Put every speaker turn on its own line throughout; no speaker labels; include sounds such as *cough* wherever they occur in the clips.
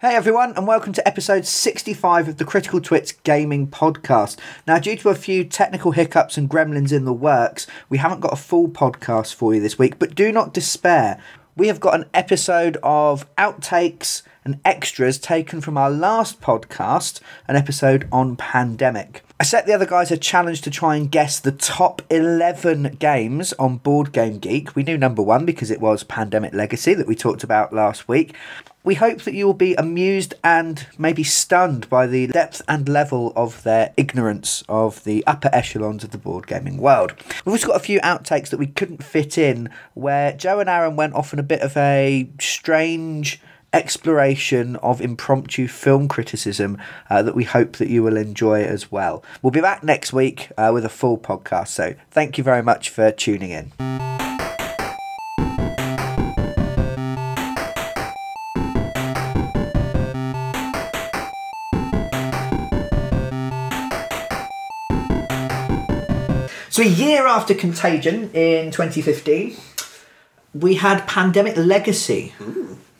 Hey everyone, and welcome to episode 65 of the Critical Twits Gaming Podcast. Now, due to a few technical hiccups and gremlins in the works, we haven't got a full podcast for you this week, but do not despair. We have got an episode of outtakes and extras taken from our last podcast, an episode on pandemic. I set the other guys a challenge to try and guess the top 11 games on Board Game Geek. We knew number one because it was Pandemic Legacy that we talked about last week. We hope that you will be amused and maybe stunned by the depth and level of their ignorance of the upper echelons of the board gaming world. We've also got a few outtakes that we couldn't fit in where Joe and Aaron went off on a bit of a strange exploration of impromptu film criticism uh, that we hope that you will enjoy as well. We'll be back next week uh, with a full podcast, so thank you very much for tuning in. So, a year after Contagion in 2015, we had Pandemic Legacy.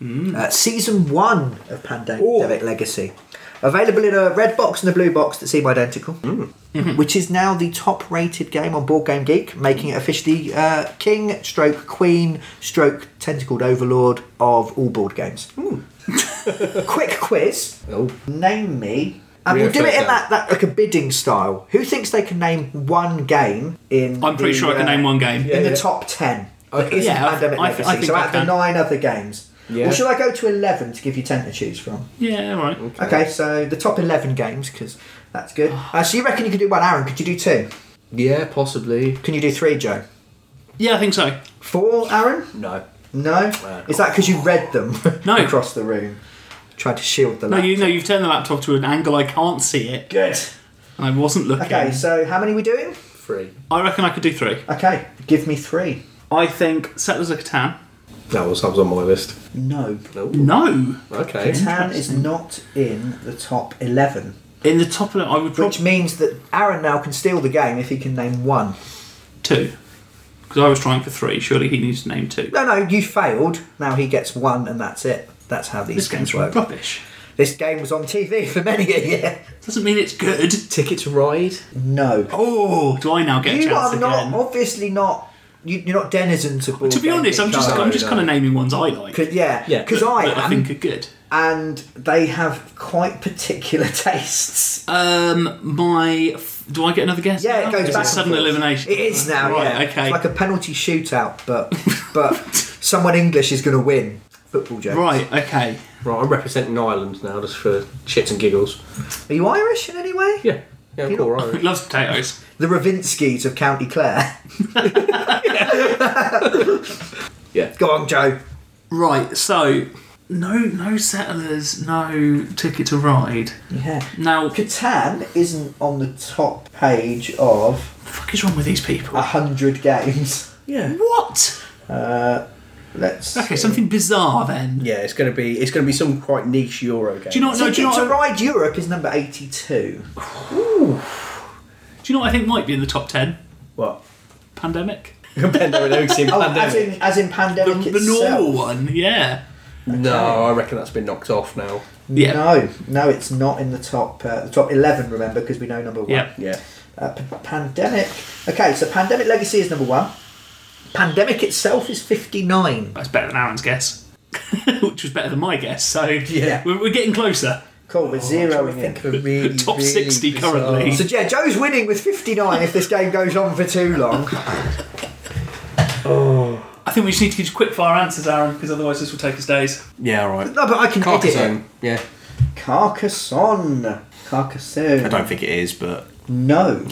Uh, season one of Pandemic Legacy. Available in a red box and a blue box that seem identical, *laughs* which is now the top rated game on Board Game Geek, making it officially uh, king, stroke, queen, stroke, tentacled overlord of all board games. *laughs* Quick quiz. Name me. And we'll do it in that, that like a bidding style. Who thinks they can name one game in?
I'm pretty
the,
sure I can
uh,
name one game.
in the top ten. that
Okay.
isn't
Yeah, I-
Pandemic
I- I
Legacy.
think
so
I
out of the
can.
nine other games.
Yeah.
Or should I go to eleven to give you ten to choose from?
Yeah, all right.
Okay, so the top eleven games because that's good. Uh, so you reckon you could do one, Aaron? Could you do two?
Yeah, possibly.
Can you do three, Joe?
Yeah, I think so.
Four, Aaron?
No.
No. Is that because you read them
No.
*laughs* across the room? Tried to shield the.
No,
laptop.
you know you've turned the laptop to an angle I can't see it.
Good.
And I wasn't looking.
Okay, so how many we doing?
Free.
I reckon I could do three.
Okay, give me three.
I think Settlers of Catan.
That was, that was on my list.
No,
No.
Okay.
Tan is not in the top eleven.
In the top of it, I would
Which
probably
means that Aaron now can steal the game if he can name one.
two. Because I was trying for three. Surely he needs to name two.
No, no, you failed. Now he gets one, and that's it. That's how these
This
games
game's
work.
rubbish.
This game was on TV *laughs* for many a year.
Doesn't mean it's good.
Ticket to Ride.
No,
Oh, do I now get a
you
chance
are not
again?
obviously not. You, you're not denizen to board.
to be
game
honest, I'm
geek,
just
are
I'm
you?
just kind of naming ones I like.
'Cause- yeah,
Yeah.
because
that-
I
that
am,
I think are good.
and they have quite particular *laughs* tastes.
Um, my f- do I get another guess?
Yeah,
now?
it goes
Is
back. and
sudden
forth.
elimination.
It is now.
Right,
yeah.
okay.
It's like a penalty shootout, but
*laughs*
but someone English is going to win. Football jokes.
right, okay.
Right, I'm representing Ireland now just for shits and giggles.
Are you Irish in any way?
Yeah. Yeah, I'm cool,
It
right.
loves potatoes.
The Ravinskys of County
*laughs*
Clare. *laughs*
Yeah.
Go on, Joe.
Right, so no, no settlers, no ticket to ride.
Yeah.
Now, what the
Catan isn't on the top page of
fuck is wrong with these people?
Ah. 100 games.
Yeah.
what?
Uh, let's.
Okay, something bizarre then.
Yeah, it's gonna be it's gonna be some quite niche Euro game.
Do you know? what- No,
Ticket
do you know?
to
What,
Ride Europe is number
*laughs*
82.
do you know what I think might be in the top ten?
what? *laughs*
Pandemic.
Pandemic Legacy,
*laughs* Oh, as
Pandemic.
in, as in
The,
Pandemic
the
itself.
normal one, yeah.
No, I reckon that's been knocked off now.
Yeah.
No, no, it's not in the top uh, the top 11, remember, because we know number one.
Yeah.
Yeah.
Uh, p- pandemic. Okay, so Pandemic Legacy is number one. Pandemic itself is 59.
That's better than Aaron's guess, *laughs* which was better than my guess. So
Yeah.
we're, we're getting closer.
Cool, we're zeroing in.
of a *laughs* really,
Top 60 currently.
So yeah, Joe's winning with 59 if this game goes on for too
*laughs*
long.
I think we just need to give quick fire answers, Aaron, because otherwise this will take us days.
Yeah, alright.
No, but I can edit
Carcassonne. Yeah.
it. Carcassonne. Carcassonne.
I don't think it is, *laughs* but
No.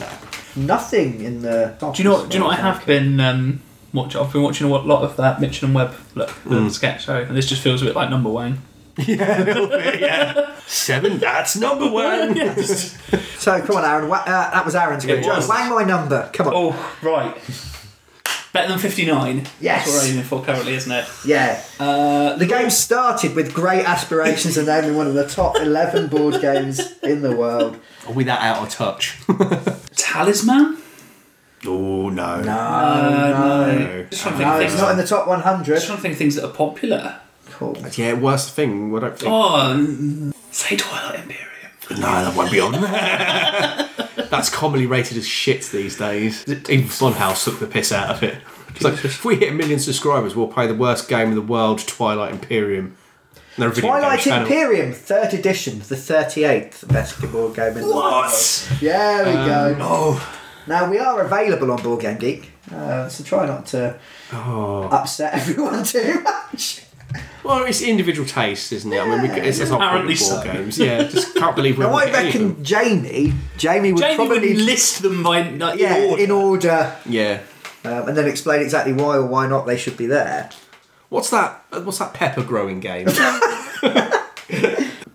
Nothing in the.
Do you know? Do you know? what I have been um, watching. I've been watching a lot of that Mitchell and Webb look the sketch show, and this just feels a bit like Number Wayne.
*laughs*
yeah. Seven, that's number one.
Yes.
So come on, Aaron. Wa- uh, that was Aaron's good.
It
Joe,
was.
Wang my number. Come on.
*laughs* oh right. Better than fifty nine.
Yes.
That's what we're aiming for currently, isn't it?
Yeah.
Uh,
The game started with great aspirations of naming one of the top 11 board games in the world.
Are we that out of touch?
Talisman. Uh,
oh no.
No.
Just trying to think
No,
of
it's
things.
not in the top
just
100.
trying to think of things that are popular.
Of Paul.
Yeah, worst thing. I don't think.
Oh, say Twilight Imperium.
No, that won't be on. That's commonly rated as shit these days. Even Funhouse took the piss out of it. It's like, if we hit a million subscribers, we'll play the worst game in the world, Twilight Imperium. And they're a video
Twilight
game channel.
Imperium, third edition, the 38th best board game in the world.
What?
Yeah, we go.
Oh,
Now, we are available on Board Game Geek, uh, so try not to upset *laughs* everyone too much.
well, it's individual taste, isn't it? I mean, we, it's, it's not
Apparently
board
so.
games. Yeah, just can't believe we're
*laughs* Now, I
not getting any of
reckon Jamie, Jamie would
Jamie
probably
would list them by like,
yeah,
in order.
in order,
them. Yeah.
um, and then explain exactly why or why not they should be there.
What's that? What's that pepper growing game? *laughs*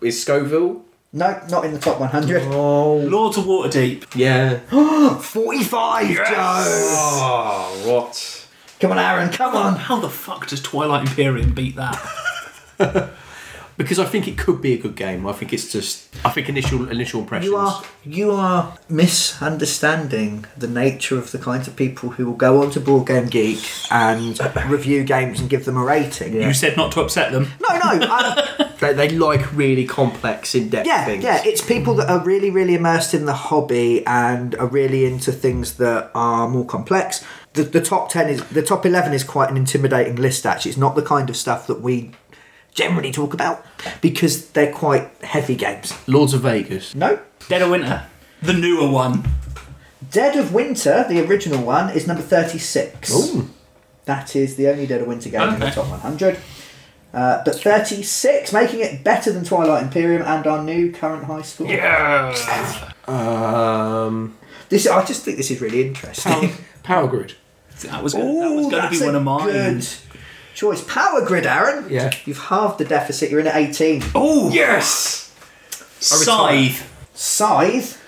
Is Scoville?
No, not in the top 100. *laughs*
Oh,
Lords of Waterdeep.
yeah.
45, Joe!
Oh, what?
Come on, Aaron, come on!
Oh, How the fuck does Twilight Imperium beat that?
Because I think it could be a good game. I think it's just. I think initial initial impressions.
You are you are misunderstanding the nature of the kinds of people who will go onto Board Game Geek and review games and give them a rating.
You said not to upset them.
no, no, I,
They, they like really complex, in depth
yeah,
things.
yeah. It's people that are really, really immersed in the hobby and are really into things that are more complex. The, the top ten is the top eleven is quite an intimidating list. Actually, it's not the kind of stuff that we generally talk about because they're quite heavy games.
Lords of Vegas.
No,
Dead of Winter. The newer one.
Dead of Winter, the original one, is number 36.
Ooh.
That is the only Dead of Winter game in the
Okay.
top 100. Uh, but 36, making it better than Twilight Imperium and our new current high score.
Yeah.
Um,
This, I just think this is really interesting.
Power Grid.
That was gonna, that was
Ooh,
going to
that's
be one
a
of mine.
Good choice. Power Grid, Aaron.
Yeah.
You've halved the deficit. You're in at 18.
Oh
Yes.
Scythe.
Scythe,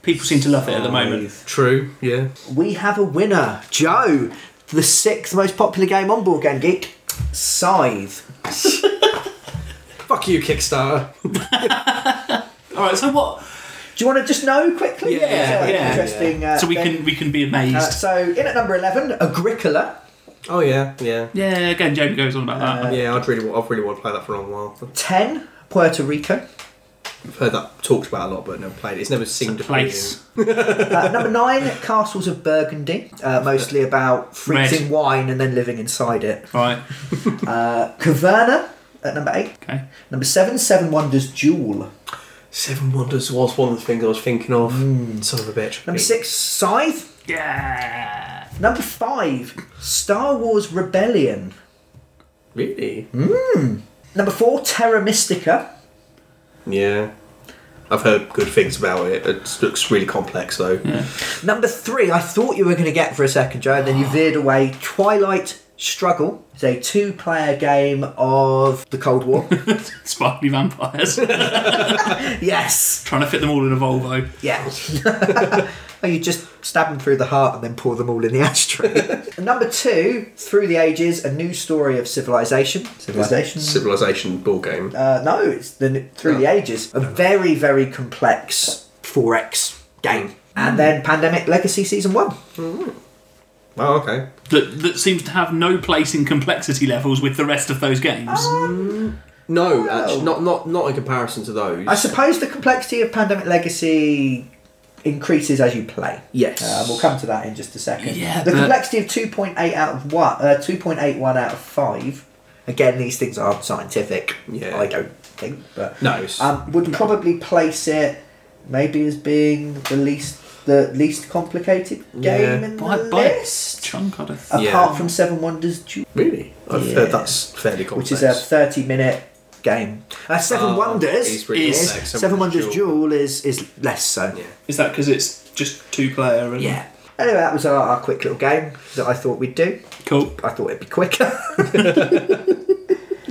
People seem to love it at the moment.
True. Yeah.
we have a winner. Joe, the sixth most popular game on Board Game Geek. Scythe.
Fuck you, Kickstarter.
All right. So what?
Do you want to just know quickly?
Yeah,
It's, uh,
yeah.
interesting. Uh,
so we
thing.
can we can be amazed.
Uh, so in at number eleven, Agricola.
Oh yeah, yeah,
yeah. Again, Jamie goes on about that.
Uh,
yeah. I'd really, I've really want to play that for a long while.
Ten, Puerto Rico.
I've heard that talked about a lot, but never played it. It's never seemed to
Place.
Uh, number
*laughs*
nine, Castles of Burgundy. Uh, mostly about freezing
Red.
wine and then living inside it.
Right.
Uh, Caverna at number eight.
Okay.
Number seven, Seven Wonders Jewel.
Seven Wonders was one of the things I was thinking of. Son of a bitch.
Number six, Scythe.
Yeah.
Number five, Star Wars Rebellion.
Really?
Number four, Terra Mystica.
Yeah. I've heard good things about it. It looks really complex though.
Number three, I thought you were going to get for a second, Joe, and then you veered away. Twilight Struggle. It's a two-player game of the Cold War.
Sparkly vampires. *laughs*
yes.
Trying to fit them all in a Volvo.
Yeah. oh, *laughs* you just stab them through the heart and then pour them all in the *laughs* ashtray. And Number two, Through the Ages, a new story of civilization. Civilization.
Civilization board game.
uh, no, it's the n- Through the Ages, a very very complex 4x game. And then Pandemic Legacy Season One.
Oh, okay.
That that seems to have no place in complexity levels with the rest of those games.
Um,
No, actually, not not not in comparison to those.
I suppose the complexity of Pandemic Legacy increases as you play.
Yes.
Uh, we'll come to that in just a second.
Yeah,
the
but-
complexity of 2.8 out of one, uh, 2.81 out of 5. Again, these things aren't scientific.
Yeah.
I don't think, but
No, it's-
um, would probably place it maybe as being the least the least complicated game
Yeah.
in
By-
the
by-
list.
Chunk I'd have-
Apart
Yeah.
from Seven Wonders Duel,
really, I've
Yeah.
heard that's fairly complex.
which is a 30 minute game. Uh, Seven
Oh,
Wonders
it's really
is-
complex.
Seven, Wonders Duel is, is less so.
Yeah.
Is that because it's just two player? And...
Yeah. Anyway, that was our, our quick little game that I thought we'd do.
Cool.
I thought it'd be quicker. *laughs*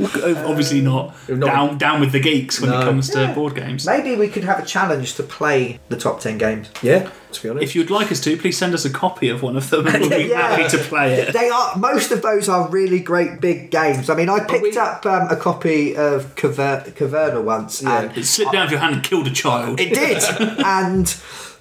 Uh, Obviously not,
not-
down down with the geeks when
No.
it comes to
Yeah.
board games.
Maybe we could have a challenge to play the top 10 games.
Yeah, to be honest.
If you'd like us to, please send us a copy of one of them and we'll be
*laughs* Yeah.
happy to play it.
They are most of those are really great big games. I mean, I picked
we-
up um, a copy of Caver- Caverna once, and
It slipped down of your hand and killed a child.
it
*laughs*
did, and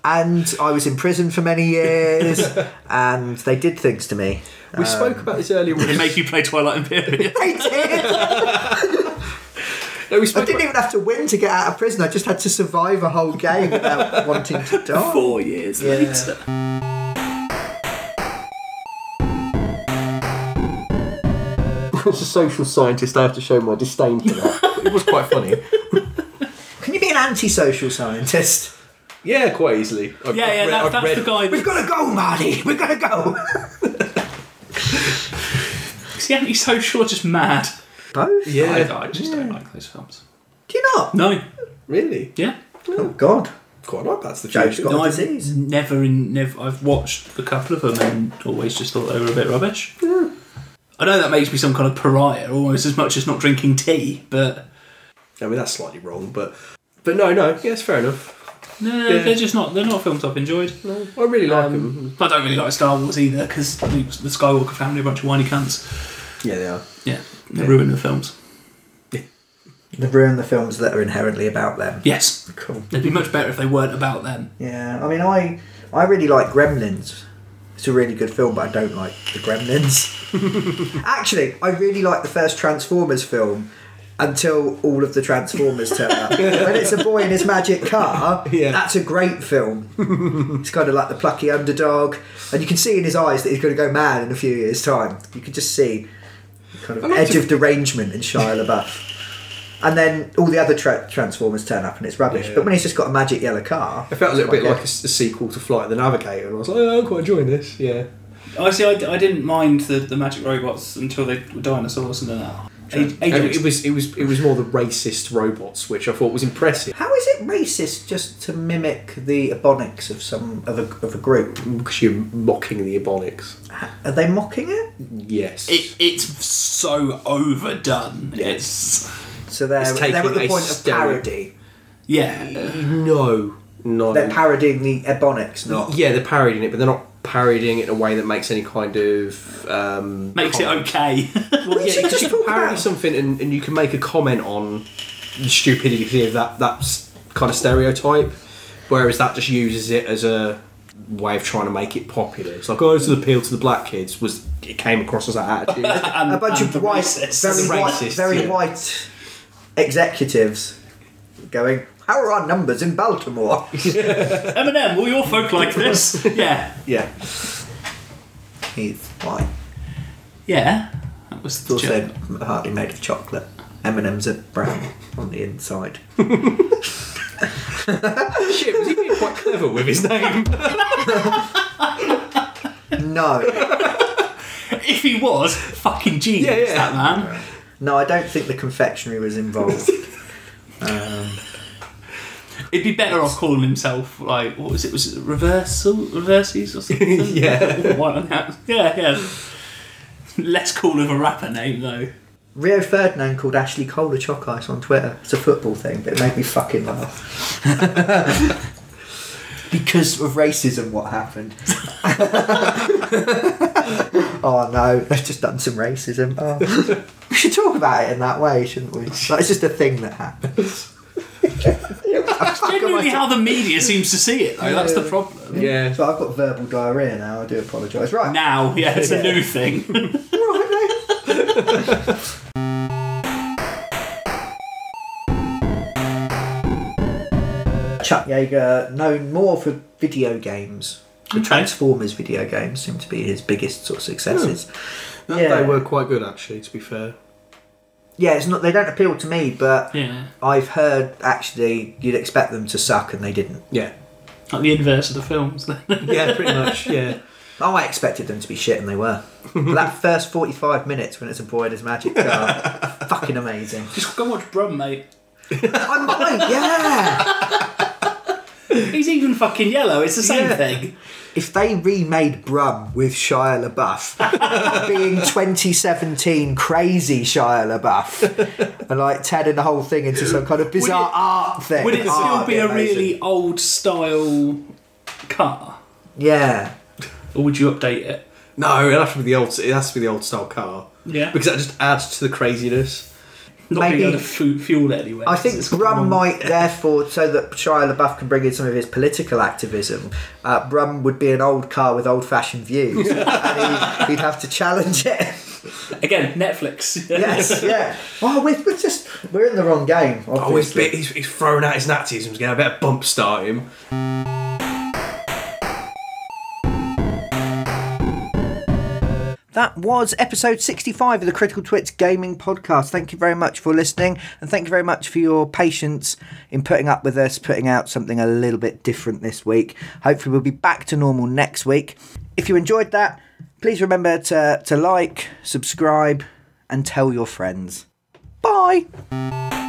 and I was in prison for many years,
*laughs*
and they did things to me.
*laughs* we spoke about this earlier.
They
With,
make you play Twilight Imperium.
They did.
No,
*laughs*
we
I
spoke
didn't
about-
even have to win to get out of prison. I just had to survive a whole game without wanting to die.
Four years later.
As a social scientist, I have to show my disdain for that. *laughs* it was quite funny.
Can you be an antisocial scientist?
Yeah, quite easily. I've,
Yeah, yeah,
I've read-
that,
I've
that's
read-
the guy.
We've
That,
got to go, Marty. We've got to go.
is he antisocial or just mad?
Both?
Yeah,
I, I just don't like those films.
Do you not?
No,
really.
yeah,
Oh God.
Quite like that's the
Joe's
future.
got
No,
a
I-
disease.
never in never. I've watched a couple of them and always just thought they were a bit rubbish. I know that makes me some kind of pariah, almost as much as not drinking tea, but
I mean, that's slightly wrong, but but no, no, yeah, it's fair enough.
no,
Yeah.
they're just not. They're not films I've enjoyed.
I really like them.
I don't really like Star Wars either because the Skywalker family are a bunch of whiny cunts.
Yeah, they are.
Yeah, they ruin the films.
They've ruined the films that are inherently about them.
Yes,
Cool.
they'd be much better if they weren't about them.
Yeah. I mean, I I really like Gremlins. It's a really good film, but I don't like the
*laughs*
Gremlins. Actually, I really like the first Transformers film. Until all of the Transformers turn
*laughs*
up. when it's a boy in his magic car,
Yeah.
that's a great film.
*laughs*
It's kind of like the plucky underdog, and you can see in his eyes that he's going to go mad in a few years' time. You can just see the kind of
like
edge
to-
of derangement in
*laughs*
Shia LaBeouf. And then all the other tra- Transformers turn up and it's rubbish.
Yeah.
But when he's just got a magic yellow car,
I felt a little
it's
bit like a,
it.
s- a sequel to Flight of the Navigator, and I was like, oh, I'm quite enjoying this. Yeah.
I see. I, I didn't mind the, the magic robots until they were dinosaurs and then that. Agent,
And
Agent-
it was it was it was more the racist robots, which I thought was impressive
How is it racist just to mimic the ebonics of some of a, of a group?
because you're mocking the Ebonics.
Are they mocking it?
Yes.
It, it's so overdone. It's
So they're
It's taking
they're at the
a
point
stereo-
of parody.
yeah.
no, no.
They're parodying the ebonics, not
yeah, they're parodying it, but they're not parodying it in a way that makes any kind of um,
Makes it okay. *laughs*
What
Well,
is
yeah,
it
because
just
you can
talk
parody
about?
something and, and you can make a comment on the stupidity of that that s- kind of stereotype, whereas that just uses it as a way of trying to make it popular. It's like, oh, this is appeal to the black kids. Was it came across as that attitude?
a bunch
and
of white,
racists.
very white,
Racists,
very
yeah.
white executives going. How are our numbers in
*laughs*
Baltimore?
Eminem, will your folk like this? yeah,
yeah,
He's white.
yeah. That was
It's
the
also
joke.
partly made of chocolate. M&M's are brown on the inside.
*laughs* shit. Was he being quite clever with his name?
No,
If he was fucking genius,
Yeah, yeah.
that man.
no, I don't think the confectionery was involved. *laughs*
It'd be better off calling himself like what was it? Was it reversal, reverses or *laughs* something?
Yeah.
Why not? yeah, yeah. Less cool of a rapper name though.
Rio Ferdinand called Ashley Cole a chock ice on Twitter. It's a football thing, but it made me fucking laugh. *laughs* because of racism, what happened? *laughs* oh no, they've just done some racism. Oh. we should talk about it in that way, shouldn't we? Like, it's just a thing that happens.
Generally, how *laughs* the media seems to see it though. That's the problem.
yeah.
So I've got verbal diarrhea now. I do apologise. Right.
Now, yeah, it's a new thing.
Right, mate. Chuck Yeager, known more for video games. The
Okay.
Transformers video games seem to be his biggest sort of successes.
Hmm. They
Yeah.
were quite good actually. To be fair,
Yeah, it's not. They don't appeal to me, but
*laughs* yeah,
I've heard actually you'd expect them to suck, and they didn't.
yeah,
like the inverse of the films. Then. *laughs*
yeah, pretty much, yeah.
Oh, I expected them to be shit, and they were. But
*laughs*
that first forty-five minutes when it's a boy in his magic car, fucking amazing.
Just go watch Brum, mate.
I might, yeah.
He's even fucking yellow. It's the same thing.
If they remade Brum with Shia
*laughs*
LaBeouf, being 2017 crazy Shia LaBeouf, and like turning the whole thing into some kind of bizarre
it-
art thing,
*laughs* Would it still
Ah,
Oh, be a
amazing.
really old style car,
yeah?
or would you update it?
No, it has to be the old. It has to be the old style car.
Yeah.
because that just adds to the craziness.
Not
Maybe-
being able to fu- fuel it anyway.
I think Brum might therefore, so that Shia LaBeouf can bring in some of his political activism, uh, Brum would be an old car with old-fashioned views, and he'd, he'd have to challenge it. *laughs*
Again, Netflix. *laughs*
Yes, yeah. Well, we're, we're just we're in the wrong game.
Oh, he's,
Obviously.
bit, he's, he's throwing out his Nazism again. I better bump start him.
that was episode 65 of the Critical Twits Gaming Podcast. Thank you very much for listening, and thank you very much for your patience in putting up with us, putting out something a little bit different this week. Hopefully, we'll be back to normal next week. If you enjoyed that, please remember to, to like, subscribe, and tell your friends. Bye.